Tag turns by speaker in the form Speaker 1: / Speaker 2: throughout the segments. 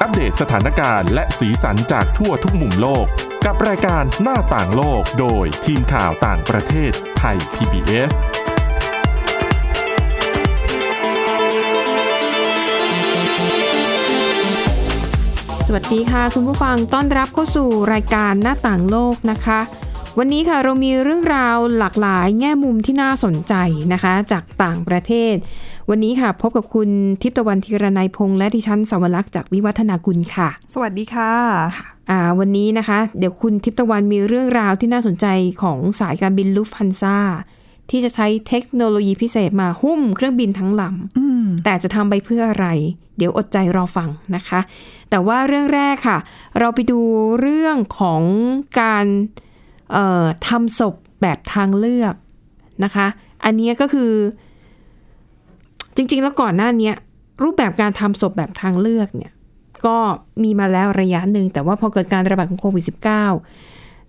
Speaker 1: อัปเดตสถานการณ์และสีสันจากทั่วทุกมุมโลก กับรายการหน้าต่างโลกโดยทีมข่าวต่างประเทศไทย PBS
Speaker 2: สวัสดีค่ะ คุณผู้ฟังต้อนรับเข้าสู่รายการหน้าต่างโลกนะคะ วันนี้ค่ะเรามีเรื่องราวหลากหลายแง่มุมที่น่าสนใจนะคะ จากต่างประเทศ วันนี้ค่ะพบกับคุณทิพย์ตะวันธีรนัยพงษ์และดิฉันสวรักษ์จากวิวัฒนากุลค่ะ
Speaker 3: สวัสดีค่ะ
Speaker 2: อ่าวันนี้นะคะ เดี๋ยวคุณทิพย์ตะวันมีเรื่องราวที่น่าสนใจของสายการบินลูฟพันซาที่จะใช้เทคโนโลยีพิเศษมาหุ้มเครื่องบินทั้งล
Speaker 3: อืม
Speaker 2: ำแต่จะทำไปเพื่ออะไร เดี๋ยวอดใจรอฟังนะคะ แต่ว่าเรื่องแรกค่ะ เราไปดูเรื่องของการเอ่อทำศพแบบทางเลือกนะคะ อันเนี้ยก็คือ จริง ๆ แล้วก่อนหน้าเนี้ยรูปแบบการทำศพแบบทางเลือกเนี่ย ก็มีมาแล้วระยะหนึ่ง แต่ว่าพอเกิดการระบาดของโควิด -19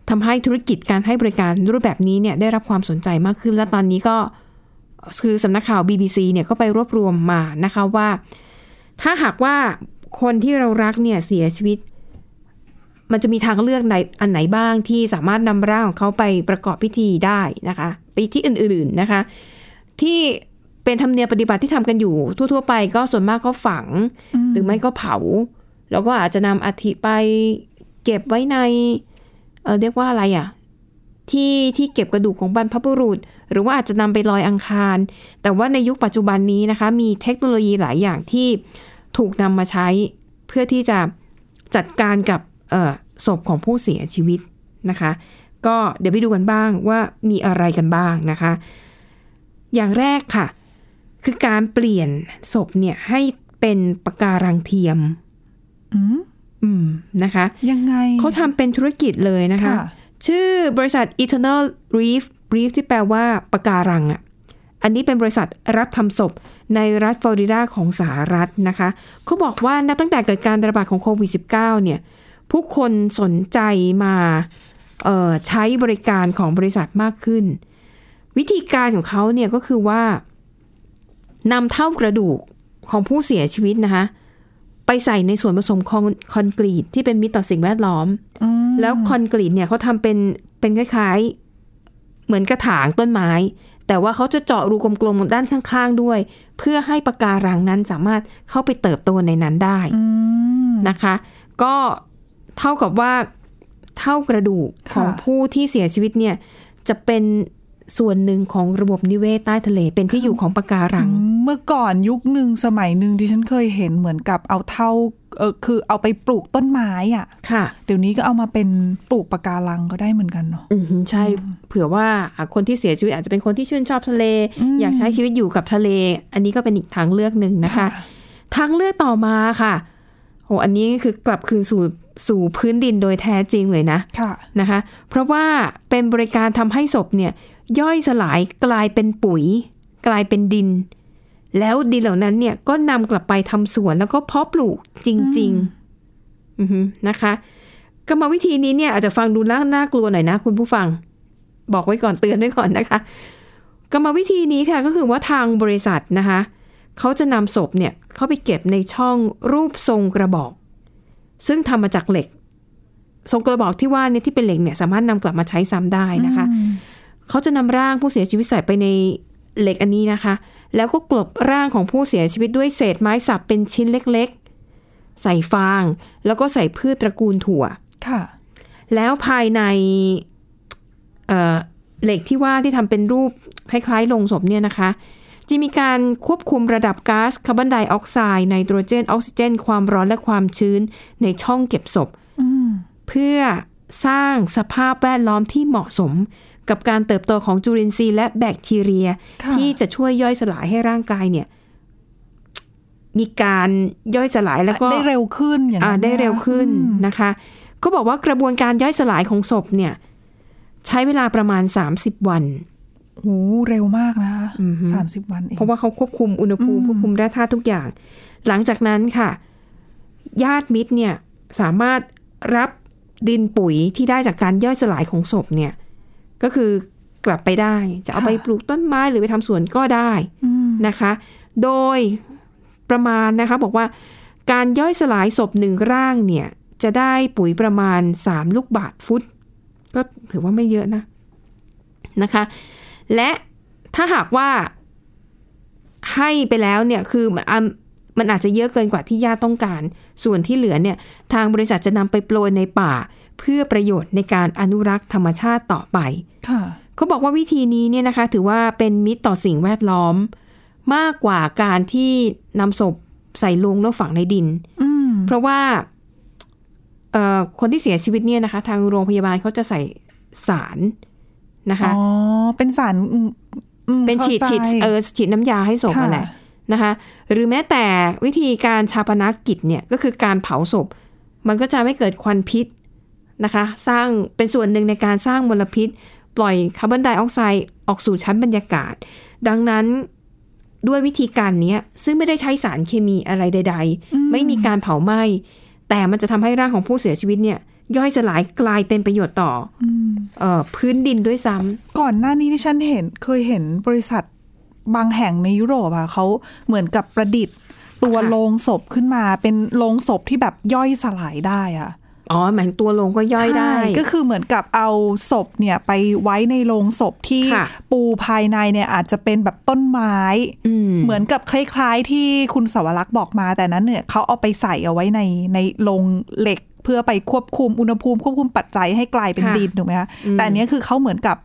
Speaker 2: ทำให้ธุรกิจการให้บริการรูปแบบนี้เนี่ยได้รับความสนใจมากขึ้น และตอนนี้ก็คือสำนักข่าว BBC เนี่ยก็ไปรวบรวมมานะคะว่า ถ้าหากว่าคนที่เรารักเนี่ยเสียชีวิต มันจะมีทางเลือกไหนอันไหนบ้างที่สามารถนำร่างของเขาไปประกอบพิธีได้นะคะไปที่อื่นๆนะคะ ที่เป็นธรรมเนียมปฏิบัติที่ทำกันอยู่ ทั่วๆ ไปก็ส่วนมากก็ฝัง หรือไม่ก็เผา แล้วก็อาจจะนำอัฐิไปเก็บไว้ใน เออเรียกว่าอะไรอะ่ะ ที่ที่เก็บกระดูกของบรรพบุรุษ หรือว่าอาจจะนำไปลอยอังคาร แต่ว่าในยุคปัจจุบันนี้นะคะ มีเทคโนโลยีหลายอย่างที่ถูกนำมาใช้ เพื่อที่จะจัดการกับเอ่อศพของผู้เสียชีวิตนะคะ ก็เดี๋ยวไปดูกันบ้างว่ามีอะไรกันบ้างนะคะ อย่างแรกค่ะ คือการเปลี่ยนศพเนี่ยให้เป็นปะการังเทียม
Speaker 3: อืม
Speaker 2: อืมนะคะ
Speaker 3: ยังไง
Speaker 2: เขาทำเป็นธุรกิจเลยนะคะ ชื่อบริษัท Eternal Reef Reef ที่แปลว่าปะการังอ่ะ อันนี้เป็นบริษัทรับทำศพในรัฐฟลอริดาของสหรัฐนะคะ เขาบอกว่านับตั้งแต่เกิดการระบาดของโควิด -19 เนี่ย ผู้คนสนใจมาเอ่อใช้บริการของบริษัทมากขึ้น วิธีการของเขาเนี่ยก็คือว่านำเท่ากระดูกของผู้เสียชีวิตนะคะ ไปใส่ในส่วนผสมของคอนกรีตที่เป็นมิตรต่อสิ่งแวดล้อม
Speaker 3: อืม
Speaker 2: แล้วคอนกรีตเนี่ยเขาทำเป็นเป็นคล้ายๆ เหมือนกระถางต้นไม้ แต่ว่าเขาจะเจาะรูกลมๆด้านข้างๆด้วย เพื่อให้ปะการังนั้นสามารถเข้าไปเติบโตในนั้นได้
Speaker 3: อืม
Speaker 2: นะคะ ก็เท่ากับว่าเท่ากระดูกของ
Speaker 3: ค่ะ
Speaker 2: ผู้ที่เสียชีวิตเนี่ยจะเป็นส่วนหนึ่งของระบบนิเวศใต้ทะเลเป็นที่อยู่ของปะการัง
Speaker 3: เมื่อก่อนยุคหนึ่งสมัยหนึ่งที่ฉันเคยเห็นเหมือนกับเอาเท่าเออคือเอาไปปลูกต้นไม้อ่ะ
Speaker 2: ค่ะ
Speaker 3: เดี๋ยวนี้ก็เอามาเป็นปลูกปะการังก็ได้เหมือนกันเนาะ
Speaker 2: อืมใช่ เผื่อว่าอ่ะคนที่เสียชีวิตอาจจะเป็นคนที่ชื่นชอบทะเล
Speaker 3: อืม
Speaker 2: อยากใช้ชีวิตอยู่กับทะเล อันนี้ก็เป็นอีกทางเลือกหนึ่งนะคะ ทางเลือกต่อมาค่ะโหอันนี้คือกลับคืนสู่สู่พื้นดินโดยแท้จริงเลยนะ
Speaker 3: ค่ะ
Speaker 2: นะคะ เพราะว่าเป็นบริการทำให้ศพเนี่ยย่อยสลายกลายเป็นปุ๋ย กลายเป็นดิน แล้วดินเหล่านั้นเนี่ยก็นำกลับไปทำสวนแล้วก็เพาะปลูกจริง ๆอือฮึนะคะกรรมวิธีนี้เนี่ยอาจจะฟังดูน่าน่ากลัวหน่อยนะคุณผู้ฟัง บอกไว้ก่อนเตือนไว้ก่อนนะคะกรรมวิธีนี้ค่ะก็คือว่าทางบริษัทนะคะ เขาจะนำศพเนี่ยเข้าไปเก็บในช่องรูปทรงกระบอก ซึ่งทำมาจากเหล็ก ทรงกระบอกที่ว่าเนี่ยที่เป็นเหล็กเนี่ยสามารถนำกลับมาใช้ซ้ำได้นะคะ เขาจะนำร่างผู้เสียชีวิตใส่ไปในเหล็กอันนี้นะคะ แล้วก็กลบร่างของผู้เสียชีวิตด้วยเศษไม้สับเป็นชิ้นเล็กๆ ใส่ฟาง แล้วก็ใส่พืชตระกูลถั่ว
Speaker 3: ค่ะ
Speaker 2: แล้วภายในเอ่อเหล็กที่ว่าที่ทำเป็นรูปคล้ายๆโลงศพเนี่ยนะคะ จะมีการควบคุมระดับก๊าซคาร์บอนไดออกไซด์ไนโตรเจน ออกซิเจน ความร้อนและความชื้นในช่องเก็บศพ
Speaker 3: อืม
Speaker 2: เพื่อสร้างสภาพแวดล้อมที่เหมาะสม กับการเติบโตของจุลินทรีย์และแบคทีเรีย
Speaker 3: ค่ะ
Speaker 2: ที่จะช่วยย่อยสลายให้ร่างกายเนี่ย มีการย่อยสลายแล้วก็
Speaker 3: ได้เร็วขึ้นอย่าง
Speaker 2: อ่า
Speaker 3: นั้น
Speaker 2: ได้
Speaker 3: นะ
Speaker 2: เร็วขึ้นนะคะ ก็บอกว่ากระบวนการย่อยสลายของศพเนี่ย ใช้เวลาประมาณ 30 วัน
Speaker 3: โหเร็วมากนะคะสามสิบวันเอง
Speaker 2: เพราะว่าเขาควบคุมอุณหภูมิควบคุมแร่ธาตุทุกอย่าง หลังจากนั้นค่ะ ญาติมิตรเนี่ยสามารถรับดินปุ๋ยที่ได้จากการย่อยสลายของศพเนี่ย ก็คือกลับไปได้จะเอา
Speaker 3: ค่ะ
Speaker 2: ไปปลูกต้นไม้หรือไปทำสวนก็ได้
Speaker 3: อืม
Speaker 2: นะคะ โดยประมาณนะคะบอกว่า การย่อยสลายศพหนึ่งร่างเนี่ย จะได้ปุ๋ยประมาณ 3 ลูกบาทฟุต ก็ถือว่าไม่เยอะนะนะคะ และถ้าหากว่าให้ไปแล้วเนี่ยคือมันอ่ะมันอาจจะเยอะเกินกว่าที่ญาติต้องการ ส่วนที่เหลือเนี่ยทางบริษัทจะนำไปโปรยในป่า เพื่อประโยชน์ในการอนุรักษ์ธรรมชาติต่อไป
Speaker 3: ค่ะ
Speaker 2: เขาบอกว่าวิธีนี้เนี่ยนะคะ ถือว่าเป็นมิตรต่อสิ่งแวดล้อม มากกว่าการที่นำศพใส่ลงแล้วฝังในดิน
Speaker 3: อืม
Speaker 2: เพราะว่าเอ่อคนที่เสียชีวิตเนี่ยนะคะ ทางโรงพยาบาลเขาจะใส่สารนะคะ
Speaker 3: อ๋อ เป็นสารอืมอืม
Speaker 2: เป็นฉีด
Speaker 3: ข้า
Speaker 2: ฉีด
Speaker 3: ใจ
Speaker 2: เออฉีดน้ำยาให้ศพ
Speaker 3: ค่ะ
Speaker 2: นั่นแหละนะคะ หรือแม้แต่วิธีการชาปนกิจเนี่ยก็คือการเผาศพ มันก็จะไม่เกิดควันพิษนะคะ สร้างเป็นส่วนหนึ่งในการสร้างมลพิษ ปล่อยคาร์บอนไดออกไซด์ออกสู่ชั้นบรรยากาศ ดังนั้นด้วยวิธีการเนี้ยซึ่งไม่ได้ใช้สารเคมีอะไรใด ๆ ไม่มีการเผาไหม้แต่มันจะทำให้ร่างของผู้เสียชีวิตเนี่ยย่อยสลายกลายเป็นประโยชน์ต่ออเออพื้นดินด้วยซ้ำ
Speaker 3: ก่อนหน้านี้ที่ฉันเห็นเคยเห็นบริษัทบางแห่งในยุโรปอะเขาเหมือนกับประดิษฐ์ ตัว
Speaker 2: ค่ะ
Speaker 3: โลงศพขึ้นมา เป็นโลงศพที่แบบย่อยสลายได้อะ
Speaker 2: อ๋อหมายถึงตัวลงก็ย่อยได้
Speaker 3: ใช่ก็คือเหมือนกับเอาศพเนี่ยไปไว้ในโลงศพที่
Speaker 2: ค่ะ
Speaker 3: ปูภายในเนี่ยอาจจะเป็นแบบต้นไม้
Speaker 2: อืม
Speaker 3: เหมือนกับคล้ายๆที่คุณสวรักษ์บอกมาแต่นั้นเนี่ยเขาเอาไปใส่เอาไว้ในในโรงเหล็กเพื่อไปควบคุมอุณหภูมิควบคุมปัจจัยให้กลายเป็น
Speaker 2: ค่ะ
Speaker 3: ดินถูกไหมคะ
Speaker 2: อืม
Speaker 3: แต่อันเนี้ยคือเขาเหมือนกับ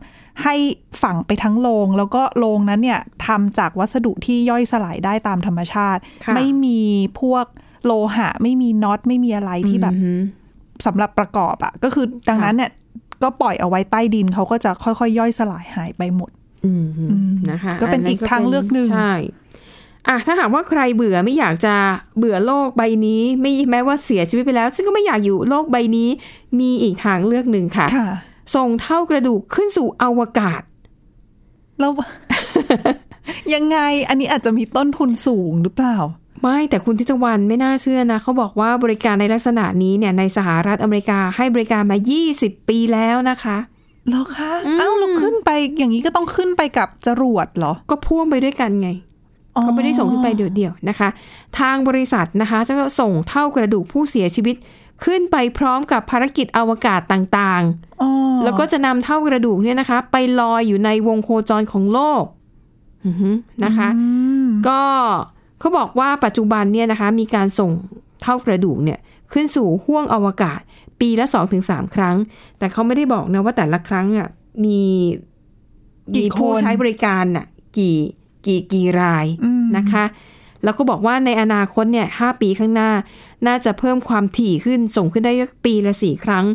Speaker 3: ให้ฝังไปทั้งโรงแล้วก็โรงนั้นเนี่ยทำจากวัสดุที่ย่อยสลายได้ตามธรรมชาติ
Speaker 2: ค่ะ
Speaker 3: ไม่มีพวกโลหะ ไม่มีน็อตไม่มีอะไรที่แบบ
Speaker 2: อืม
Speaker 3: สำหรับประกอบอะก็คือดังนั้นเนี่ยก็ปล่อยเอาไว้ใต้ดินเขาก็จะค่อยๆ ย่อยสลายหายไปหมด
Speaker 2: อืม
Speaker 3: อืม
Speaker 2: นะคะ
Speaker 3: ก็เป็นอีกทางเลือกหนึ่ง
Speaker 2: ใช่อ่ะถ้าหากว่าใครเบื่อไม่อยากจะเบื่อโลกใบนี้ ไม่แม้ว่าเสียชีวิตไปแล้ว ซึ่งก็ไม่อยากอยู่โลกใบนี้ มีอีกทางเลือกหนึ่งค่ะ
Speaker 3: ค่ะ
Speaker 2: ส่งเท่ากระดูกขึ้นสู่อวกาศ
Speaker 3: แล้ว ยังไงอันนี้อาจจะมีต้นทุนสูงหรือเปล่า
Speaker 2: ไม่แต่คุณทิตวันไม่น่าเชื่อนะเขาบอกว่าบริการในลักษณะนี้เนี่ยในสหรัฐอเมริกาให้บริการมา 20 ปีแล้วนะคะ
Speaker 3: เหรอคะ
Speaker 2: อืม
Speaker 3: อ้าวเราขึ้นไปอย่างนี้ก็ต้องขึ้นไปกับจรวดเหรอ
Speaker 2: ก็พ่วงไปด้วยกันไง เขาไม่ได้ส่งขึ้นไปเดี่ยวๆนะคะ ทางบริษัทนะคะจะส่งเท่ากระดูกผู้เสียชีวิต ขึ้นไปพร้อมกับภารกิจอวกาศต่าง
Speaker 3: อ๋อ
Speaker 2: ๆ แล้วก็จะนำเท่ากระดูกเนี่ยนะคะ ไปลอยอยู่ในวงโคจรของโลกอือหือนะคะ
Speaker 3: อืม
Speaker 2: ก็เขาบอกว่าปัจจุบันเนี่ยนะคะ มีการส่งเท่ากระดูกเนี่ยขึ้นสู่ห้วงอวกาศ ปีละ 2-3 ครั้ง แต่เขาไม่ได้บอกนะว่าแต่ละครั้งอ่ะมีมีผู้ใช้บริการน่ะกี่กี่กี่ราย
Speaker 3: อืม
Speaker 2: นะคะ แล้วก็บอกว่าในอนาคตเนี่ยหปีข้างหน้า น่าจะเพิ่มความถี่ขึ้น ส่งขึ้นได้ปีละสี่ครั้ง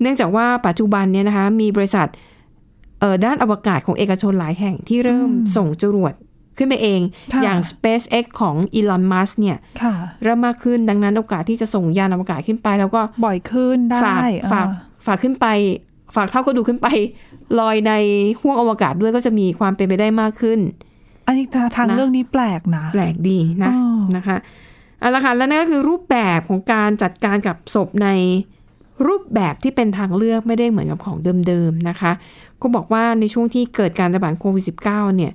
Speaker 2: เนื่องจากว่าปัจจุบันเนี่ยนะคะ มีบริษัทเอ่อด้านอวกาศของเอกชนหลายแห่งที่เริ่มส่งจรวดขึ้นไปเอง
Speaker 3: ค่ะ
Speaker 2: อย่าง SpaceX ของ Elon Musk เนี่ย
Speaker 3: ค่ะ
Speaker 2: เริ่มมากขึ้นดังนั้นโอกาสที่จะส่งยานอวกาศขึ้นไป แล้วก็
Speaker 3: บ่อยขึ้นได้
Speaker 2: ฝาก
Speaker 3: อ่
Speaker 2: ฝากฝากขึ้นไป ฝากเท่ากระดูกขึ้นไป ลอยในห้วงอวกาศด้วยก็จะมีความเป็นไปได้มากขึ้น
Speaker 3: อันนี้ทาง
Speaker 2: นะ
Speaker 3: เรื่องนี้แปลกนะ
Speaker 2: แปลกดีนะ
Speaker 3: อ๋อ
Speaker 2: นะคะเอาละค่ะและนั่นก็คือรูปแบบของการจัดการกับศพในรูปแบบที่เป็นทางเลือกไม่ได้เหมือนกับของเดิมๆนะคะ ก็บอกว่าในช่วงที่เกิดการระบาดโควิด -19 เนี่ย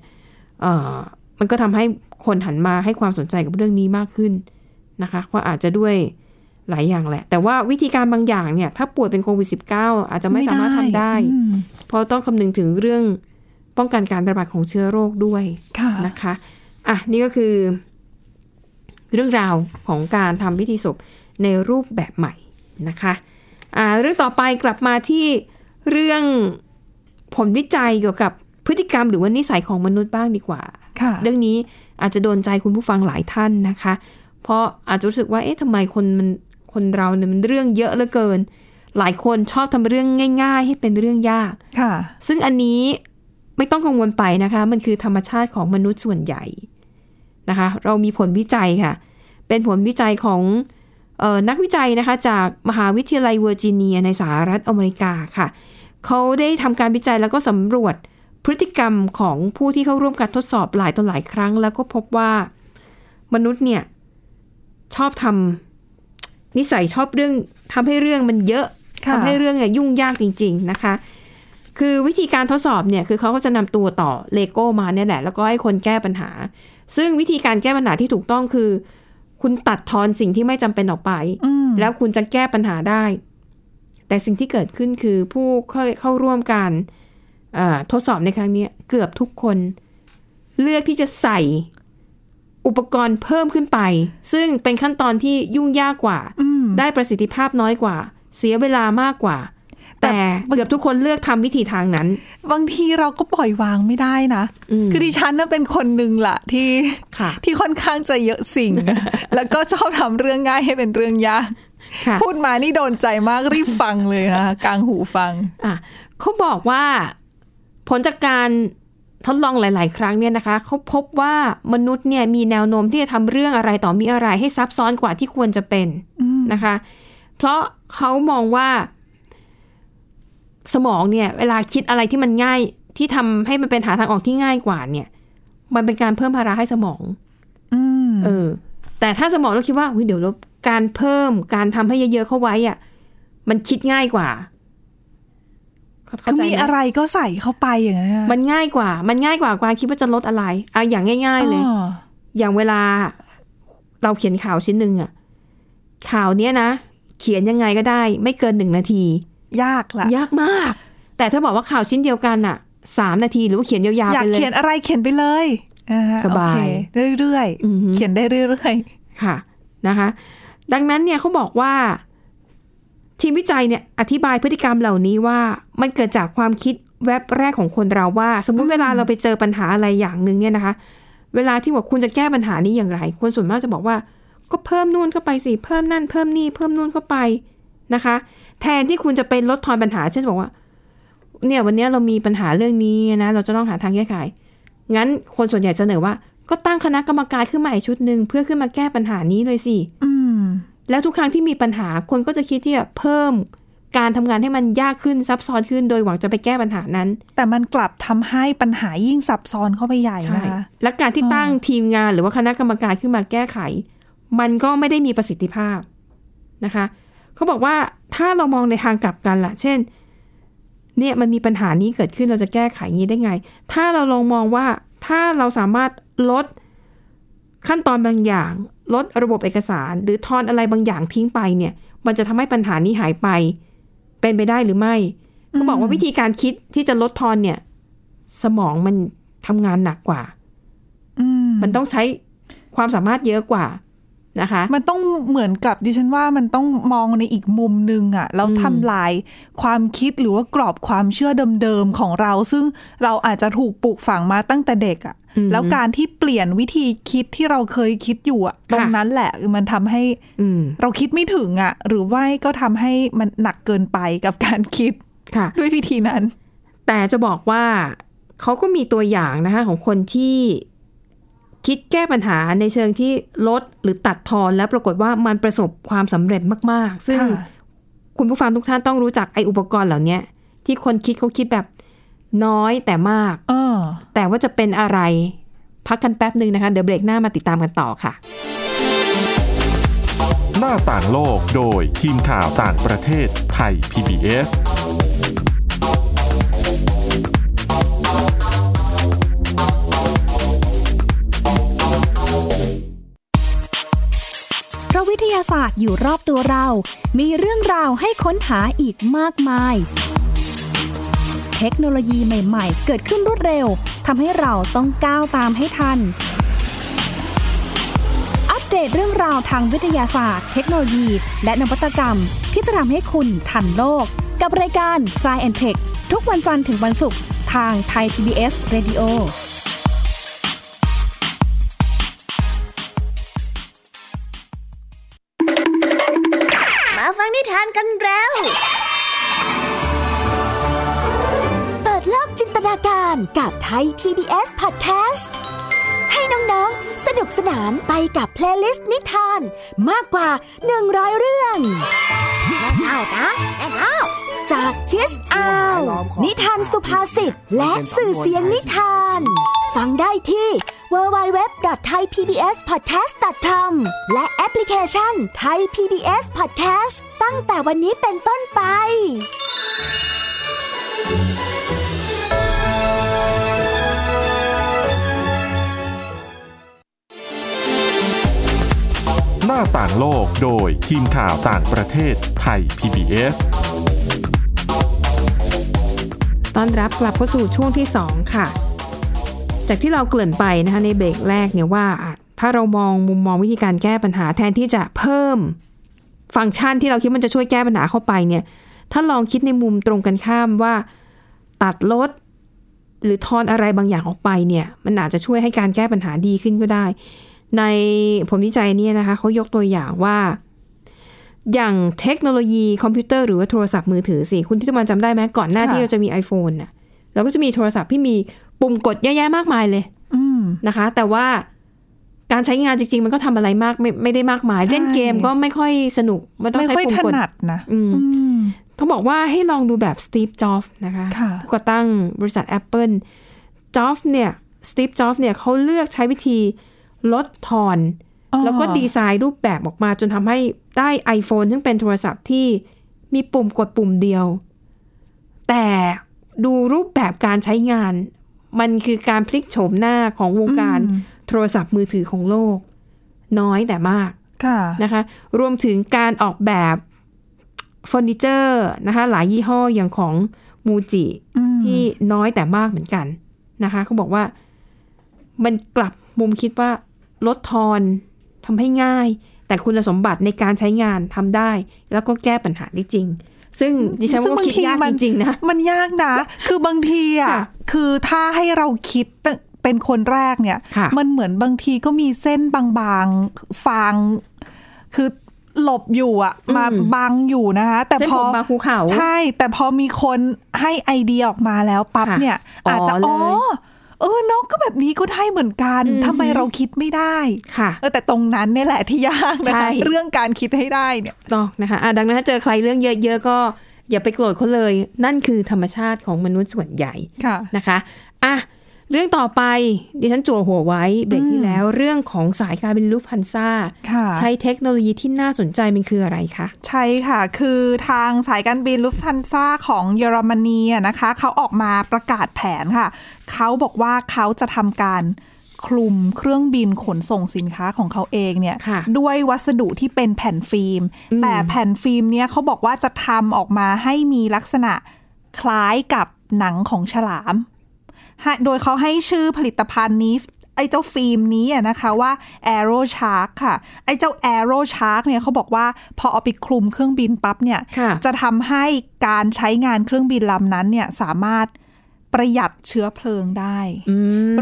Speaker 2: เอ่อมันก็ทำให้คนหันมาให้ความสนใจกับเรื่องนี้มากขึ้นนะคะก็อาจจะด้วยหลายอย่างแหละ แต่ว่าวิธีการบางอย่างเนี่ยถ้าป่วยเป็นโควิด -19 อาจจะไม่สามารถทำได้
Speaker 3: อืม
Speaker 2: เพราะต้องคำนึงถึงเรื่องป้องกันการระบาดของเชื้อโรคด้วย
Speaker 3: ค่ะ
Speaker 2: นะคะอ่ะนี่ก็คือเรื่องราวของการทำพิธีศพในรูปแบบใหม่นะคะอ่าเรื่องต่อไปกลับมาที่เรื่องผลวิจัยเกี่ยวกับพฤติกรรมหรือว่านิสัยของมนุษย์บ้างดีกว่า
Speaker 3: ค่ะ
Speaker 2: เรื่องนี้อาจจะโดนใจคุณผู้ฟังหลายท่านนะคะ เพราะอาจจะรู้สึกว่า เอ๊ะทำไมคนมันคนเราเนี่ยมันเรื่องเยอะเหลือเกิน หลายคนชอบทำเรื่องง่าย ๆ ให้เป็นเรื่องยาก
Speaker 3: ค่ะ
Speaker 2: ซึ่งอันนี้ไม่ต้องกังวลไปนะคะ มันคือธรรมชาติของมนุษย์ส่วนใหญ่นะคะ เรามีผลวิจัยค่ะ เป็นผลวิจัยของเออนักวิจัยนะคะ จากมหาวิทยาลัยเวอร์จิเนียในสหรัฐอเมริกาค่ะ เขาได้ทำการวิจัยแล้วก็สำรวจพฤติกรรมของผู้ที่เข้าร่วมการทดสอบหลายต่อหลายครั้ง แล้วก็พบว่ามนุษย์เนี่ยชอบทำนิสัยชอบเรื่องทำให้เรื่องมันเยอะ
Speaker 3: ค่ะ
Speaker 2: ทำให้เรื่องเนี่ยยุ่งยากจริง ๆนะคะ คือวิธีการทดสอบเนี่ยคือเขาก็จะนำตัวต่อเลโก้มาเนี่ยแหละ แล้วก็ให้คนแก้ปัญหา ซึ่งวิธีการแก้ปัญหาที่ถูกต้องคือ คุณตัดทอนสิ่งที่ไม่จำเป็นออกไป
Speaker 3: อืม
Speaker 2: แล้วคุณจะแก้ปัญหาได้ แต่สิ่งที่เกิดขึ้นคือผู้เข้าเข้าร่วมการเอ่อทดสอบในครั้งเนี้ยเกือบทุกคน เลือกที่จะใส่อุปกรณ์เพิ่มขึ้นไป ซึ่งเป็นขั้นตอนที่ยุ่งยากกว่า
Speaker 3: อืม
Speaker 2: ได้ประสิทธิภาพน้อยกว่า เสียเวลามากกว่า
Speaker 3: แต่
Speaker 2: แต่เกือบทุกคนเลือกทำวิธีทางนั้น
Speaker 3: บางทีเราก็ปล่อยวางไม่ได้นะ
Speaker 2: อืม
Speaker 3: คือดิฉันน่ะเป็นคนหนึ่งล่ะที่
Speaker 2: ค่ะ
Speaker 3: ที่ค่อนข้างจะเยอะสิ่ง แล้วก็ชอบทำเรื่องง่ายให้เป็นเรื่องยาก
Speaker 2: ค่ะ
Speaker 3: พูดมานี่โดนใจมากรีบฟังเลยนะ กลางหูฟัง
Speaker 2: อ่ะเขาบอกว่าผลจากการทดลองหลาย ๆ ครั้งเนี่ยนะคะเขาพบว่ามนุษย์เนี่ยมีแนวโน้มที่จะทำเรื่องอะไรต่อมีอะไรให้ซับซ้อนกว่าที่ควรจะเป็นนะคะ เพราะเขามองว่าสมองเนี่ยเวลาคิดอะไรที่มันง่ายที่ทำให้มันเป็นหาทางออกที่ง่ายกว่าเนี่ย มันเป็นการเพิ่มภาระให้สมอง
Speaker 3: อืม
Speaker 2: เออ แต่ถ้าสมองเราคิดว่าอุ๊ยเดี๋ยวเราการเพิ่มการทำให้เยอะ ๆ เข้าไว้อ่ะมันคิดง่ายกว่าเข้า
Speaker 3: คื
Speaker 2: เข้า
Speaker 3: อ
Speaker 2: ใจ
Speaker 3: มี
Speaker 2: ไหม
Speaker 3: อะไรก็ใส่เข้าไปอย่างนั้น
Speaker 2: มันง่ายกว่า มันง่ายกว่ากวางคิดว่าจะลดอะไรเอาอย่างง่าย ๆ เลย อย่างเวลาเราเขียนข่าวชิ้นหนึ่งอะข่าวเนี้ยนะ เขียนยังไงก็ได้ ไม่เกินหนึ่งนาที
Speaker 3: ยากล่ะ
Speaker 2: ยากมาก แต่ถ้าบอกว่าข่าวชิ้นเดียวกันอะสามนาทีหรือว่าเขียนยาวๆ
Speaker 3: อยา
Speaker 2: ไป
Speaker 3: ก
Speaker 2: เลย
Speaker 3: เขียนอะไรเขียนไปเลยอ่ฮะ
Speaker 2: สบาย
Speaker 3: โอเคเรื่อย
Speaker 2: อือหือ
Speaker 3: เขียนได้เรื่อย
Speaker 2: ค่ะนะคะ ดังนั้นเนี่ยเขาบอกว่า ทีมวิจัยเนี่ยอธิบายพฤติกรรมเหล่านี้ว่า มันเกิดจากความคิดแวบแรกของคนเราว่า สมมุติเวลาเราไปเจอปัญหาอะไรอย่างหนึ่งเนี่ยนะคะ เวลาที่บอกคุณจะแก้ปัญหานี้อย่างไร คนส่วนมากจะบอกว่า ก็เพิ่มนู่นเข้าไปสิเพิ่มนั่นเพิ่มนี่เพิ่มนู่นเข้าไปนะคะ แทนที่คุณจะไปลดทอนปัญหาเช่นบอกว่า เนี่ยวันเนี้ยเรามีปัญหาเรื่องนี้นะเราจะต้องหาทางแก้ไข งั้นคนส่วนใหญ่เสนอว่า ก็ตั้งคณะกรรมการขึ้นมาอีกชุดหนึ่งเพื่อขึ้นมาแก้ปัญหานี้เลยสิ
Speaker 3: ๆอืม
Speaker 2: แล้วทุกครั้งที่มีปัญหาคนก็จะคิดที่จะเพิ่มการทำงานให้มันยากขึ้นซับซ้อนขึ้น โดยหวังจะไปแก้ปัญหานั้น
Speaker 3: แต่มันกลับทำให้ปัญหายิ่งซับซ้อนเข้าไปใหญ่นะคะ
Speaker 2: และการที่
Speaker 3: อ่า
Speaker 2: ตั้งทีมงานหรือว่าคณะกรรมการขึ้นมาแก้ไข มันก็ไม่ได้มีประสิทธิภาพนะคะเขาบอกว่าถ้าเรามองในทางกลับกันล่ะ เช่น เนี่ยมันมีปัญหานี้เกิดขึ้นเราจะแก้ไขงี้ได้ไง ถ้าเราลองมองว่าถ้าเราสามารถลดขั้นตอนบางอย่าง ลดระบบเอกสาร หรือทอนอะไรบางอย่างทิ้งไปเนี่ย มันจะทำให้ปัญหานี้หายไป เป็นไปได้หรือไม่เขาบอกว่าวิธีการคิดที่จะลดทอนเนี่ย สมองมันทำงานหนักกว่า
Speaker 3: อืม
Speaker 2: มันต้องใช้ความสามารถเยอะกว่านะคะ
Speaker 3: มันต้องเหมือนกับดิฉันว่ามันต้องมองในอีกมุมหนึ่งอะแล้วทำลายความคิดหรือว่ากรอบความเชื่อเดิมๆของเรา ซึ่งเราอาจจะถูกปลูกฝังมาตั้งแต่เด็กอะ
Speaker 2: อืม
Speaker 3: แล้วการที่เปลี่ยนวิธีคิดที่เราเคยคิดอยู่อะตรงนั้นแหละมันทำให้
Speaker 2: อืม
Speaker 3: เราคิดไม่ถึงอะหรือว่าก็ทำให้มันหนักเกินไปกับการคิด
Speaker 2: ค่ะ
Speaker 3: ด้วยวิธีนั้น
Speaker 2: แต่จะบอกว่าเขาก็มีตัวอย่างนะคะของคนที่คิดแก้ปัญหาในเชิงที่ลดหรือตัดทอนแล้วปรากฏว่ามันประสบความสำเร็จมาก ๆ ซึ่ง คุณผู้ฟังทุกท่านต้องรู้จักไออุปกรณ์เหล่าเนี้ยที่คนคิดเขาคิดแบบน้อยแต่มาก
Speaker 3: เออ
Speaker 2: แต่ว่าจะเป็นอะไร พักกันแป๊บหนึ่งนะคะ เดี๋ยวเบรกหน้ามาติดตามกันต่อค่ะ
Speaker 1: หน้าต่างโลกโดยทีมข่าวต่างประเทศไทย PBS
Speaker 4: เพราะวิทยาศาสตร์อยู่รอบตัวเรา มีเรื่องราวให้ค้นหาอีกมากมาย เทคโนโลยีใหม่ ๆ เกิดขึ้นรวดเร็ว ทำให้เราต้องก้าวตามให้ทัน อัปเดตเรื่องราวทางวิทยาศาสตร์ เทคโนโลยี และนวัตกรรม ที่จะทำให้คุณทันโลก กับรายการ s c i e n t e c h ทุกวันจันทร์ถึงวันศุกร์ทางไทย PBS Radio
Speaker 5: มาฟังนิทานกันแล้ว
Speaker 6: เปิดโลกจินตนาการกับไทย PBS Podcast ให้น้องๆ สนุกสนานไปกับเพลย์ลิสต์นิทาน มากกว่า 100 เรื่อง
Speaker 5: เอานะแอนเอา
Speaker 6: จากคิสอาว นิทานสุภาษิตและสื่อเสียงนิทาน ฟังได้ที่ www.thaipbspodcast.com และแอปพลิเคชัน Thai PBS Podcast ตั้งแต่วันนี้เป็นต้นไป
Speaker 1: ห น้าต่างโลกโดยทีมข่าวต่างประเทศไทย PBS
Speaker 2: ต้อนรับกลับเข้าสู่ช่วงที่ 2 ค่ะ จากที่เราเกริ่นไปนะคะในเบรกแรกเนี่ยว่าอ่ะถ้าเรามองมุมมองวิธีการแก้ปัญหาแทนที่จะเพิ่ม ฟังก์ชันที่เราคิดมันจะช่วยแก้ปัญหาเข้าไปเนี่ย ถ้าลองคิดในมุมตรงกันข้ามว่า ตัดลด หรือทอนอะไรบางอย่างออกไปเนี่ย มันอาจจะช่วยให้การแก้ปัญหาดีขึ้นก็ได้ ในผลวิจัยเนี่ยนะคะเขายกตัวอย่างว่า อย่างเทคโนโลยีคอมพิวเตอร์หรือว่าโทรศัพท์มือถือสิ คุณที่ตมันจำได้ไหมก่อนหน้า
Speaker 3: ค่ะ
Speaker 2: ที่เราจะมี iPhone น่ะเราก็จะมีโทรศัพท์ที่มีปุ่มกดเยอะแยะมากมายเลย
Speaker 3: อืม
Speaker 2: นะคะแต่ว่าการใช้งานจริง ๆ มันก็ทำอะไรมากไม่ไม่ได้มากมาย
Speaker 3: ใช่
Speaker 2: เล่นเกมก็ไม่ค่อยสนุกมันต้องใช้
Speaker 3: ไม่ค่อย
Speaker 2: ปุ่ม
Speaker 3: ถ
Speaker 2: กด
Speaker 3: นัดนะ
Speaker 2: อืม
Speaker 3: อืม
Speaker 2: เขาบอกว่าให้ลองดูแบบสตีฟจ็อบส์นะคะ
Speaker 3: ค่ะ
Speaker 2: ผู้ก่อตั้งบริษัท Apple จ็อบส์เนี่ยสตีฟจ็อบส์เนี่ยเขาเลือกใช้วิธีลดทอน
Speaker 3: อ๋อ
Speaker 2: แล้วก็ดีไซน์รูปแบบออกมาจนทำให้ได้ iPhone ซึ่งเป็นโทรศัพท์ที่มีปุ่มกดปุ่มเดียว แต่ดูรูปแบบการใช้งาน มันคือการพลิกโฉมหน้าของวงการโทรศัพท์มือถือของโลก น้อยแต่มาก
Speaker 3: ค่ะ
Speaker 2: นะคะ รวมถึงการออกแบบเฟอร์นิเจอร์นะคะหลายยี่ห้ออย่างของมูจิ
Speaker 3: อืม
Speaker 2: ที่น้อยแต่มากเหมือนกันนะคะเขาบอกว่ามันกลับมุมคิดว่าลดทอนทำให้ง่าย แต่คุณสมบัติในการใช้งานทำได้ แล้วก็แก้ปัญหาได้จริง ซึ่งดิฉันว่าก็คิดยากจริงๆนะ
Speaker 3: มันยากนะ คือบางทีอ่ะ
Speaker 2: ค่ะ
Speaker 3: คือถ้าให้เราคิดตั้งเป็นคนแรกเนี่ย
Speaker 2: ค่ะ
Speaker 3: มันเหมือนบางทีก็มีเส้นบางๆฟาง คือหลบอยู่อ่ะ มาบังอยู่นะคะ แต่
Speaker 2: เส้น
Speaker 3: พ
Speaker 2: ผ
Speaker 3: อ
Speaker 2: มบางภูเขา
Speaker 3: ใช่ แต่พอมีคนให้ไอเดียออกมาแล้วปั๊บ
Speaker 2: ค่ะ
Speaker 3: เนี่ย
Speaker 2: อ๋ออ
Speaker 3: อาจจะ
Speaker 2: เลย
Speaker 3: อ๋อเออน้องก็แบบนี้ก็ได้เหมือนกัน
Speaker 2: อืม
Speaker 3: ทำไมเราคิดไม่ได้
Speaker 2: ค่ะ
Speaker 3: เออแต่ตรงนั้นเนี่ยแหละที่ยากนะ
Speaker 2: ใช่
Speaker 3: คะเรื่องการคิดให้ได้เนี่ย
Speaker 2: ถูกต้องนะคะอ่ะดังนั้นถ้าเจอใครเรื่องเยอะๆก็อย่าไปโกรธเขาเลย นั่นคือธรรมชาติของมนุษย์ส่วนใหญ่
Speaker 3: ค่ะ
Speaker 2: นะคะอ่ะเรื่องต่อไปดิฉันจั่วหัวไว้เบรกที่แล้วเรื่องของสายการบินลูฟพันซ่า
Speaker 3: ค่ะ
Speaker 2: ใช้เทคโนโลยีที่น่าสนใจมันคืออะไรคะ
Speaker 3: ใช่ค่ะ คือทางสายการบินลุฟทันซ่าของเยอรมนีอะนะคะ เขาออกมาประกาศแผนค่ะ เขาบอกว่าเขาจะทำการคลุมเครื่องบินขนส่งสินค้าของเขาเองเนี่ย
Speaker 2: ค่ะ
Speaker 3: ด้วยวัสดุที่เป็นแผ่นฟิล์ม
Speaker 2: อืม
Speaker 3: แต่แผ่นฟิล์มเนี่ยเขาบอกว่าจะทำออกมาให้มีลักษณะคล้ายกับหนังของฉลามให้โดยเขาให้ชื่อผลิตภัณฑ์นี้ ไอ้เจ้าฟิล์มนี้อะนะคะว่า Aero Shark ค่ะ ไอ้เจ้า Aero Shark เนี่ยเขาบอกว่าพอเอาไปคลุมเครื่องบินปั๊บเนี่ย
Speaker 2: ค่ะ
Speaker 3: จะทำให้การใช้งานเครื่องบินลำนั้นเนี่ยสามารถประหยัดเชื้อเพลิงได้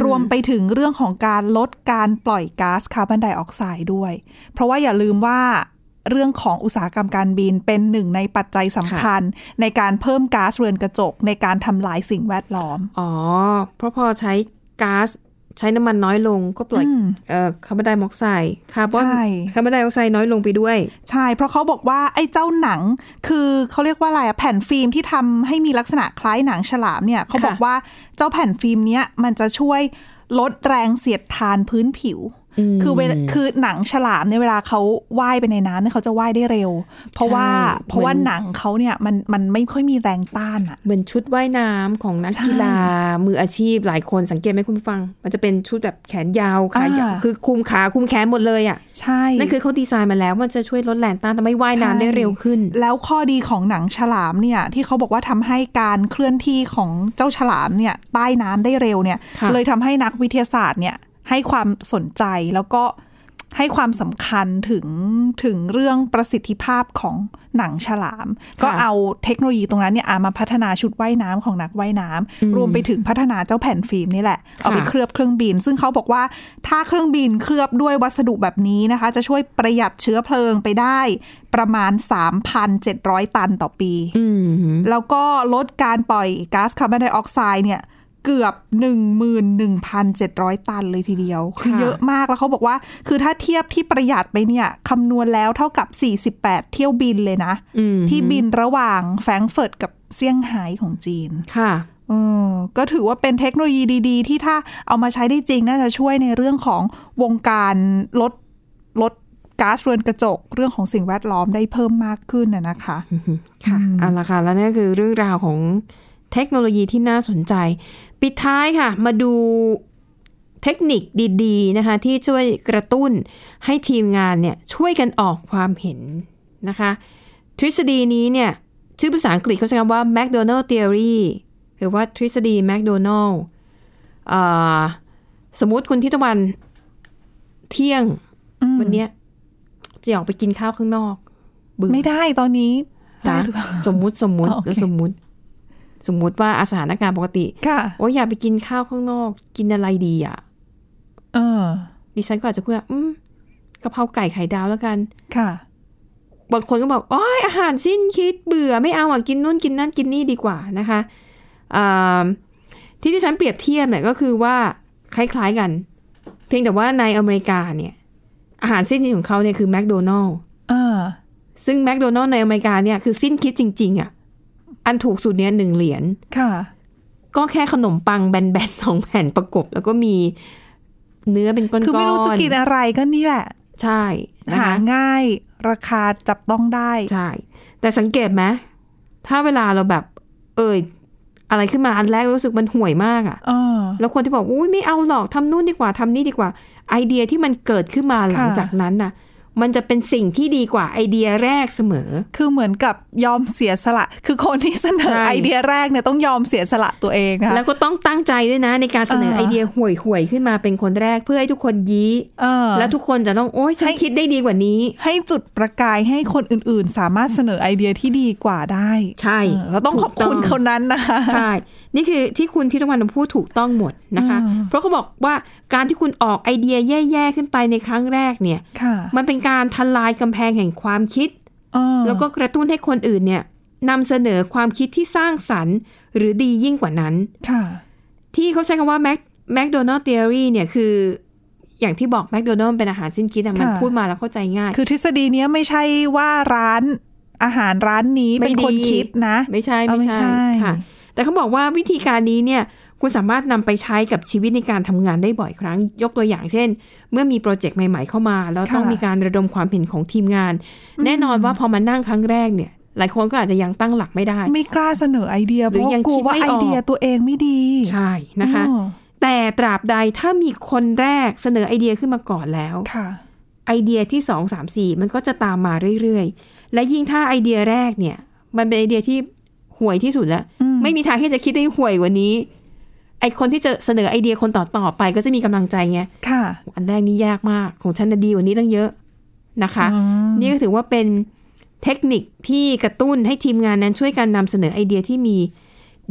Speaker 3: รวมไปถึงเรื่องของการลดการปล่อยก๊าซคาร์บอนไดออกไซด์ด้วย เพราะว่าอย่าลืมว่าเรื่องของอุตสาหกรรมการบินเป็นหนึ่งในปัจจัยสำคัญ ในการเพิ่มก๊าซเรือนกระจก ในการทำลายสิ่งแวดล้อม
Speaker 2: อ๋อ เพราะพอใช้ก๊าซใช้น้ำมันน้อยลงก็ปล่อย
Speaker 3: อืม
Speaker 2: เอ่อคาร์บอนไดออกไซด์คาร์บอน
Speaker 3: ใช่
Speaker 2: คาร์บอนไดออกไซด์น้อยลงไปด้วย
Speaker 3: ใช่ เพราะเขาบอกว่าไอ้เจ้าหนังคือเขาเรียกว่าอะไรอะแผ่นฟิล์มที่ทำให้มีลักษณะคล้ายหนังฉลามเนี่ยเขาบอกว่าเจ้าแผ่นฟิล์มเนี้ยมันจะช่วยลดแรงเสียดทานพื้นผิว คือเวลาคือหนังฉลามเนี่ยเวลาเขาว่ายไปในน้ำเนี่ยเขาจะว่ายได้เร็ว เพราะว่า
Speaker 2: ใช่
Speaker 3: เพราะว่า
Speaker 2: เหมือน
Speaker 3: หนังเขาเนี่ยมันมันไม่ค่อยมีแรงต้านอะ
Speaker 2: เหมือนชุดว่ายน้ำของนัก
Speaker 3: ใช่
Speaker 2: กีฬามืออาชีพหลายคนสังเกตไหมคุณผู้ฟัง มันจะเป็นชุดแบบแขนยาวขายาว
Speaker 3: อ่า
Speaker 2: คือคุมขาคุมแขนหมดเลยอ่ะ
Speaker 3: ใช่
Speaker 2: นั่นคือเขาดีไซน์มาแล้วมันจะช่วยลดแรงต้านทำให้ว่ายน้ำได้เร็วขึ้น
Speaker 3: แล้วข้อดีของหนังฉลามเนี่ยที่เขาบอกว่าทำให้การเคลื่อนที่ของเจ้าฉลามเนี่ยใต้น้ำได้เร็วเนี่ย
Speaker 2: ค่ะ
Speaker 3: เลยทำให้นักวิทยาศาสตร์เนี่ยให้ความสนใจแล้วก็ให้ความสำคัญถึงถึงเรื่องประสิทธิภาพของหนังฉลาม ก็เอาเทคโนโลยีตรงนั้นเนี่ยเอามาพัฒนาชุดว่ายน้ำของนักว่ายน้ำรวมไปถึงพัฒนาเจ้าแผ่นฟิล์มนี่แหละ เอาไปเคลือบเครื่องบิน ซึ่งเขาบอกว่าถ้าเครื่องบินเคลือบด้วยวัสดุแบบนี้นะคะ จะช่วยประหยัดเชื้อเพลิงไปได้ประมาณ 3,700 ตันต่อปี
Speaker 2: อืม
Speaker 3: แล้วก็ลดการปล่อยก๊าซคาร์บอนไดออกไซด์เนี่ยเกือบ 11,700 ตันเลยทีเดียว คือ
Speaker 2: ค่ะ
Speaker 3: เยอะมากแล้วเขาบอกว่า คือถ้าเทียบที่ประหยัดไปเนี่ยคำนวณแล้วเท่ากับ 48 เที่ยวบินเลยนะ
Speaker 2: อืม
Speaker 3: ที่บินระหว่างแฟรงก์เฟิร์ตกับเซี่ยงไฮ้ของจีน
Speaker 2: ค่ะ
Speaker 3: เออก็ถือว่าเป็นเทคโนโลยีดีๆ ที่ถ้าเอามาใช้ได้จริง น่าจะช่วยในเรื่องของวงการลดลดก๊าซเรือนกระจก เรื่องของสิ่งแวดล้อมได้เพิ่มมากขึ้นนะนะคะ
Speaker 2: ค่ะเอาละค่ะ แล้วนั่นคือเรื่องราวของเทคโนโลยีที่น่าสนใจ ปิดท้ายค่ะ มาดู เทคนิคดีๆนะคะที่ช่วยกระตุ้นให้ทีมงานเนี่ยช่วยกันออกความเห็นนะคะ ทฤษฎีนี้เนี่ยชื่อภาษาอังกฤษเขาใช้คำว่า McDonald Theory หรือว่าทฤษฎี McDonald อ่าสมมุติคุณทิตวันเที่ยงวันเนี้ยจะออกไปกินข้าวข้างนอกเบื่อ
Speaker 3: ไม่ได้ตอนนี้ ได้
Speaker 2: นะ
Speaker 3: หรือเปล่า
Speaker 2: สมมุติสมมุติ
Speaker 3: อ๋อโอเค
Speaker 2: สมมุติ สมมุติว่าอาสถานการณ์ปกติ
Speaker 3: ค่ะ
Speaker 2: โอ้ยอยากไปกินข้าวข้างนอก กินอะไรดีอ่ะ
Speaker 3: เออ
Speaker 2: ดิฉันก็อาจจะคุยว่าอืมกะเพราไก่ไข่ดาวแล้วกัน
Speaker 3: ค่ะ
Speaker 2: บางคนก็บอกโอ้ยอาหารสิ้นคิดเบื่อไม่เอาอ่ะกินนู่นกินนั่นกินนี่ดีกว่านะคะอ่าที่ที่ฉันเปรียบเทียบเนี่ยก็คือว่าคล้ายๆกัน เพียงแต่ว่าในอเมริกาเนี่ย อาหารสิ้นคิดของเขาเนี่ยคือแมคโดนัล
Speaker 3: เออ
Speaker 2: ซึ่งแมคโดนัลล์ในอเมริกาเนี่ยคือสิ้นคิดจริง ๆ อ่ะ อันถูกสุดเนี่ยหนึ่งเหรียญ
Speaker 3: ค่ะ
Speaker 2: ก็แค่ขนมปังแบนๆ สองแผ่นประกบ แล้วก็มีเนื้อเป็นก้อนๆ
Speaker 3: คือไม่รู้จะกินอะไรก็นี่แหละ
Speaker 2: ใช่นะ
Speaker 3: หา
Speaker 2: คะ
Speaker 3: ง่ายราคาจับต้องได้
Speaker 2: ใช่ แต่สังเกตไหมถ้าเวลาเราแบบ เอ่ยอะไรขึ้นมาอันแรกรู้สึกมันห่วยมากอะ
Speaker 3: เออ
Speaker 2: แล้วคนที่บอกอุ้ยไม่เอาหรอกทำนู่นดีกว่าทำนี่ดีกว่า ไอเดียที่มันเกิดขึ้นมาหลัง
Speaker 3: ค่ะ
Speaker 2: จากนั้นน่ะ มันจะเป็นสิ่งที่ดีกว่าไอเดียแรกเสมอ
Speaker 3: คือเหมือนกับยอมเสียสละ คือคนที่เสนอ
Speaker 2: ใช่
Speaker 3: ไอเดียแรกเนี่ยต้องยอมเสียสละตัวเองนะ
Speaker 2: แล้ว
Speaker 3: คะ
Speaker 2: ก็ต้องตั้งใจด้วยนะ ในการเสนอ
Speaker 3: เออ
Speaker 2: ไอเดียห่วยๆขึ้นมาเป็นคนแรกเพื่อให้ทุกคนยี้
Speaker 3: เออ
Speaker 2: แล้วทุกคนจะต้องโอ๊ยฉัน
Speaker 3: ให้
Speaker 2: คิดได้ดีกว่านี้
Speaker 3: ให้จุดประกายให้คนอื่นๆ สามารถเสนอไอเดียที่ดีกว่าได้
Speaker 2: ใช่
Speaker 3: เออเราต้องขอบคุณ
Speaker 2: ถูกต้อง
Speaker 3: คนนั้นนะคะ
Speaker 2: ใช่ นี่คือที่คุณทิรวันพูดถูกต้องหมดนะคะ
Speaker 3: อืม
Speaker 2: เพราะเขาบอกว่าการที่คุณออกไอเดียแย่ๆขึ้นไปในครั้งแรกเนี่ย
Speaker 3: ค่ะ
Speaker 2: มันเป็นการทลายกำแพงแห่งความคิด
Speaker 3: เออ
Speaker 2: แล้วก็กระตุ้นให้คนอื่นเนี่ยนำเสนอความคิดที่สร้างสรรค์หรือดียิ่งกว่านั้น
Speaker 3: ค่ะ
Speaker 2: ที่เขาใช้คำว่า Mac McDonald Theory เนี่ยคือ อย่างที่บอก McDonald เป็นอาหารสิ้นคิดอะมัน
Speaker 3: ค่ะ
Speaker 2: พูดมาแล้วเข้าใจง่าย
Speaker 3: คือทฤษฎีเนี้ยไม่ใช่ว่าร้านอาหารร้านนี้
Speaker 2: ไม่
Speaker 3: เป็นคน
Speaker 2: ดี
Speaker 3: คิดนะ
Speaker 2: ไม่ใช่
Speaker 3: เอา
Speaker 2: ไม่
Speaker 3: ไม่
Speaker 2: ใช่
Speaker 3: ใช่
Speaker 2: ค่ะ แต่เขาบอกว่าวิธีการนี้เนี่ยคุณสามารถนำไปใช้กับชีวิตในการทำงานได้บ่อยครั้ง ยกตัวอย่างเช่น เมื่อมีโปรเจกต์ใหม่ ๆ เข้ามา แล้วต้อง
Speaker 3: ค่ะ
Speaker 2: มีการระดมความเห็นของทีมงาน แน่นอนว่าพอมานั่งครั้งแรกเนี่ย หลายคนก็อาจจะยังตั้งหลักไม่ได้
Speaker 3: ไม่กล้าเสนอไอเดีย
Speaker 2: ห
Speaker 3: เพ
Speaker 2: รือ
Speaker 3: ราะ
Speaker 2: ยัง
Speaker 3: กลัวว่า
Speaker 2: คิดไม่
Speaker 3: ไอ
Speaker 2: ออก
Speaker 3: เดียตัวเองไม่ดี
Speaker 2: ใช่นะคะ
Speaker 3: อ๋อ
Speaker 2: แต่ตราบใดถ้ามีคนแรกเสนอไอเดียขึ้นมาก่อนแล้ว
Speaker 3: ค่ะ
Speaker 2: ไอเดียที่ 2 3 4 มันก็จะตามมาเรื่อยๆ และยิ่งถ้าไอเดียแรกเนี่ย มันเป็นไอเดียที่ห่วยที่สุดแล้ว ไม่มีทางที่จะคิดได้ห่วยกว่านี้ ไอคนที่จะเสนอไอเดียคนต่อๆไปก็จะมีกำลังใจไง
Speaker 3: ค่ะ
Speaker 2: อันแรกนี่ยากมากของฉันน่ะดีกว่านี้ตั้งเยอะนะคะ
Speaker 3: อืม
Speaker 2: นี่ก็ถือว่าเป็นเทคนิคที่กระตุ้นให้ทีมงานนั้นช่วยกันนำเสนอไอเดียที่มี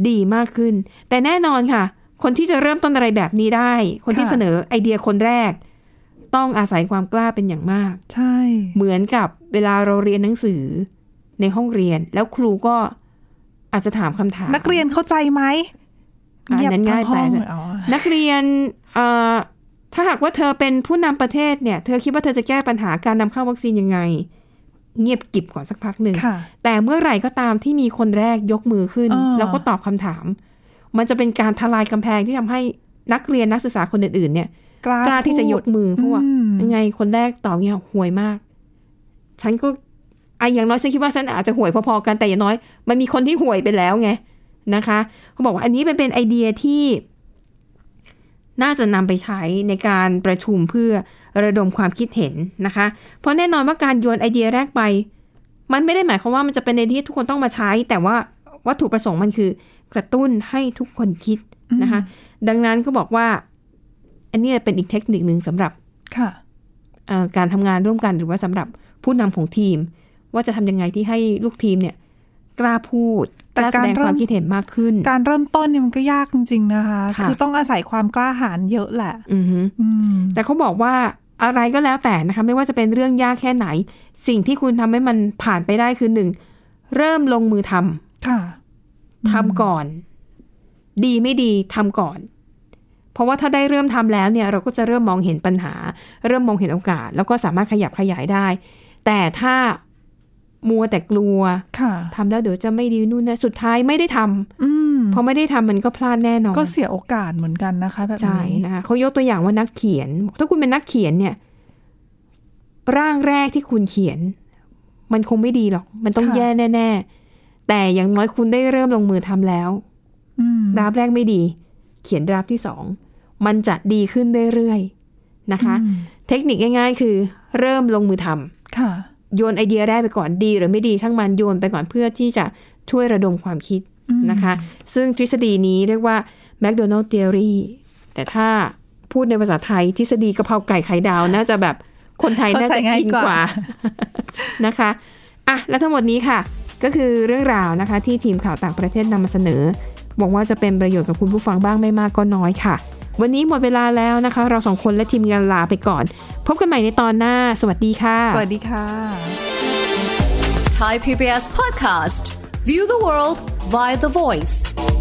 Speaker 2: ดีมากขึ้น แต่แน่นอนค่ะ คนที่จะเริ่มต้นอะไรแบบนี้ได้ คนที่
Speaker 3: ค่ะ
Speaker 2: เสนอไอเดียคนแรก ต้องอาศัยความกล้าเป็นอย่างมาก
Speaker 3: ใช่
Speaker 2: เหมือนกับเวลาเราเรียนหนังสือในห้องเรียน แล้วครูก็อาจจะถามคำถาม
Speaker 3: นักเรียนเข้าใจไหม
Speaker 2: อ่ะ
Speaker 3: เงียบ
Speaker 2: นั้น
Speaker 3: ทั้
Speaker 2: ง่าย
Speaker 3: งห้อง
Speaker 2: ไป
Speaker 3: เลยอ๋อ
Speaker 2: นักเรียนเอ่อถ้าหากว่าเธอเป็นผู้นำประเทศเนี่ย เธอคิดว่าเธอจะแก้ปัญหาการนำเข้าวัคซีนยังไง เงียบกริบก่อนสักพักหนึ่ง
Speaker 3: ค่ะ
Speaker 2: แต่เมื่อไหร่ก็ตามที่มีคนแรกยกมือขึ้น
Speaker 3: อ่า
Speaker 2: แล้วก็ตอบคำถาม มันจะเป็นการทลายกำแพงที่ทำให้นักเรียนนักศึกษาคนอื่นๆเนี่ย
Speaker 3: กล้าก
Speaker 2: ล้าที่จะยก
Speaker 3: พูด
Speaker 2: มือเพราะว่า
Speaker 3: อืม
Speaker 2: ยังไงคนแรกตอบเนี่ยห่วยมาก ฉันก็ไอะอย่างน้อยฉันคิดว่าฉันอาจจะห่วยพอๆกันแต่อย่างน้อย มันมีคนที่ห่วยไปแล้วไงนะคะเขาบอกว่าอันนี้มันเป็นไอเดียที่ น่าจะนำไปใช้ในการประชุมเพื่อระดมความคิดเห็นนะคะ เพราะแน่นอนว่าการโยนไอเดียแรกไป มันไม่ได้หมายความว่ามันจะเป็นไอเดียที่ทุกคนต้องมาใช้ แต่ว่าวัตถุประสงค์มันคือ กระตุ้นให้ทุกคนคิดนะคะ ดังนั้นก็บอกว่า อันเนี้ยเป็นอีกเทคนิคหนึ่งสำหรับ
Speaker 3: ค่ะ
Speaker 2: เอ่อการทำงานร่วมกันหรือว่าสำหรับผู้นำของทีม ว่าจะทำยังไงที่ให้ลูกทีมเนี่ยกล้าพูดก
Speaker 3: แต่
Speaker 2: ล้าแสดง
Speaker 3: การเริ่
Speaker 2: ความ มคิดเห็นมากขึ้น
Speaker 3: การเริ่มต้นเนี่ยมันก็ยากจริง ๆ นะคะ
Speaker 2: ค่ะ
Speaker 3: คือต้องอาศัยความกล้าหาญเยอะแหละ
Speaker 2: อือฮึ
Speaker 3: อืม
Speaker 2: แต่เขาบอกว่าอะไรก็แล้วแต่นะคะไม่ว่าจะเป็นเรื่องยากแค่ไหน สิ่งที่คุณทำให้มันผ่านไปได้คือหนึ่งเริ่มลงมือทำ
Speaker 3: ค่ะ
Speaker 2: ทำก่อน ดีไม่ดีทำก่อน เพราะว่าถ้าได้เริ่มทำแล้วเนี่ย เราก็จะเริ่มมองเห็นปัญหา เริ่มมองเห็นโอกาส แล้วก็สามารถขยับขยายได้ แต่ถ้ามัวแต่กลัว
Speaker 3: ค่ะ
Speaker 2: ทำแล้วเดี๋ยวจะไม่ดีนู่นนะสุดท้ายไม่ได้ทำ
Speaker 3: อืม
Speaker 2: เพราะไม่ได้ทำมันก็พลาดแน่นอน
Speaker 3: ก็เสียโอกาสเหมือนกันนะคะ แบบ
Speaker 2: ใช่
Speaker 3: นี้
Speaker 2: นะคะเขายกตัวอย่างว่านักเขียนบอกถ้าคุณเป็นนักเขียนเนี่ย ร่างแรกที่คุณเขียน มันคงไม่ดีหรอก มันต้อง
Speaker 3: ค่ะ
Speaker 2: แย่แน่ๆ แต่อย่างน้อยคุณได้เริ่มลงมือทำแล้ว
Speaker 3: อืม
Speaker 2: ดราฟต์แรกไม่ดี เขียนดราฟต์ที่สอง มันจะดีขึ้นเรื่อยๆนะคะ เทคนิคง่าย ๆ คือเริ่มลงมือทำ
Speaker 3: ค่ะ
Speaker 2: โยนไอเดียได้ไปก่อนดีหรือไม่ดีช่างมันโยนไปก่อนเพื่อที่จะช่วยระดมความคิดนะคะ ซึ่งทฤษฎีนี้เรียกว่า McDonald Theory แต่ถ้าพูดในภาษาไทยทฤษฎีกะเพราไก่ไข่ดาว น่าจะแบบคนไทยน่า
Speaker 3: เข้าใจ
Speaker 2: จะ
Speaker 3: ง่าย
Speaker 2: กิน
Speaker 3: กว่า
Speaker 2: กว่า นะคะอ่ะและทั้งหมดนี้ค่ะ ก็คือเรื่องราวนะคะที่ทีมข่าวต่างประเทศนำมาเสนอหวังว่าจะเป็นประโยชน์กับคุณผู้ฟังบ้างไม่มากก็น้อยค่ะ วันนี้หมดเวลาแล้วนะคะ เราสองคนและทีมงานลาไปก่อน พบกันใหม่ในตอนหน้า สวัสดีค่ะ
Speaker 3: สวัสดีค่ะ
Speaker 7: Thai PBS podcast. View the world via the voice.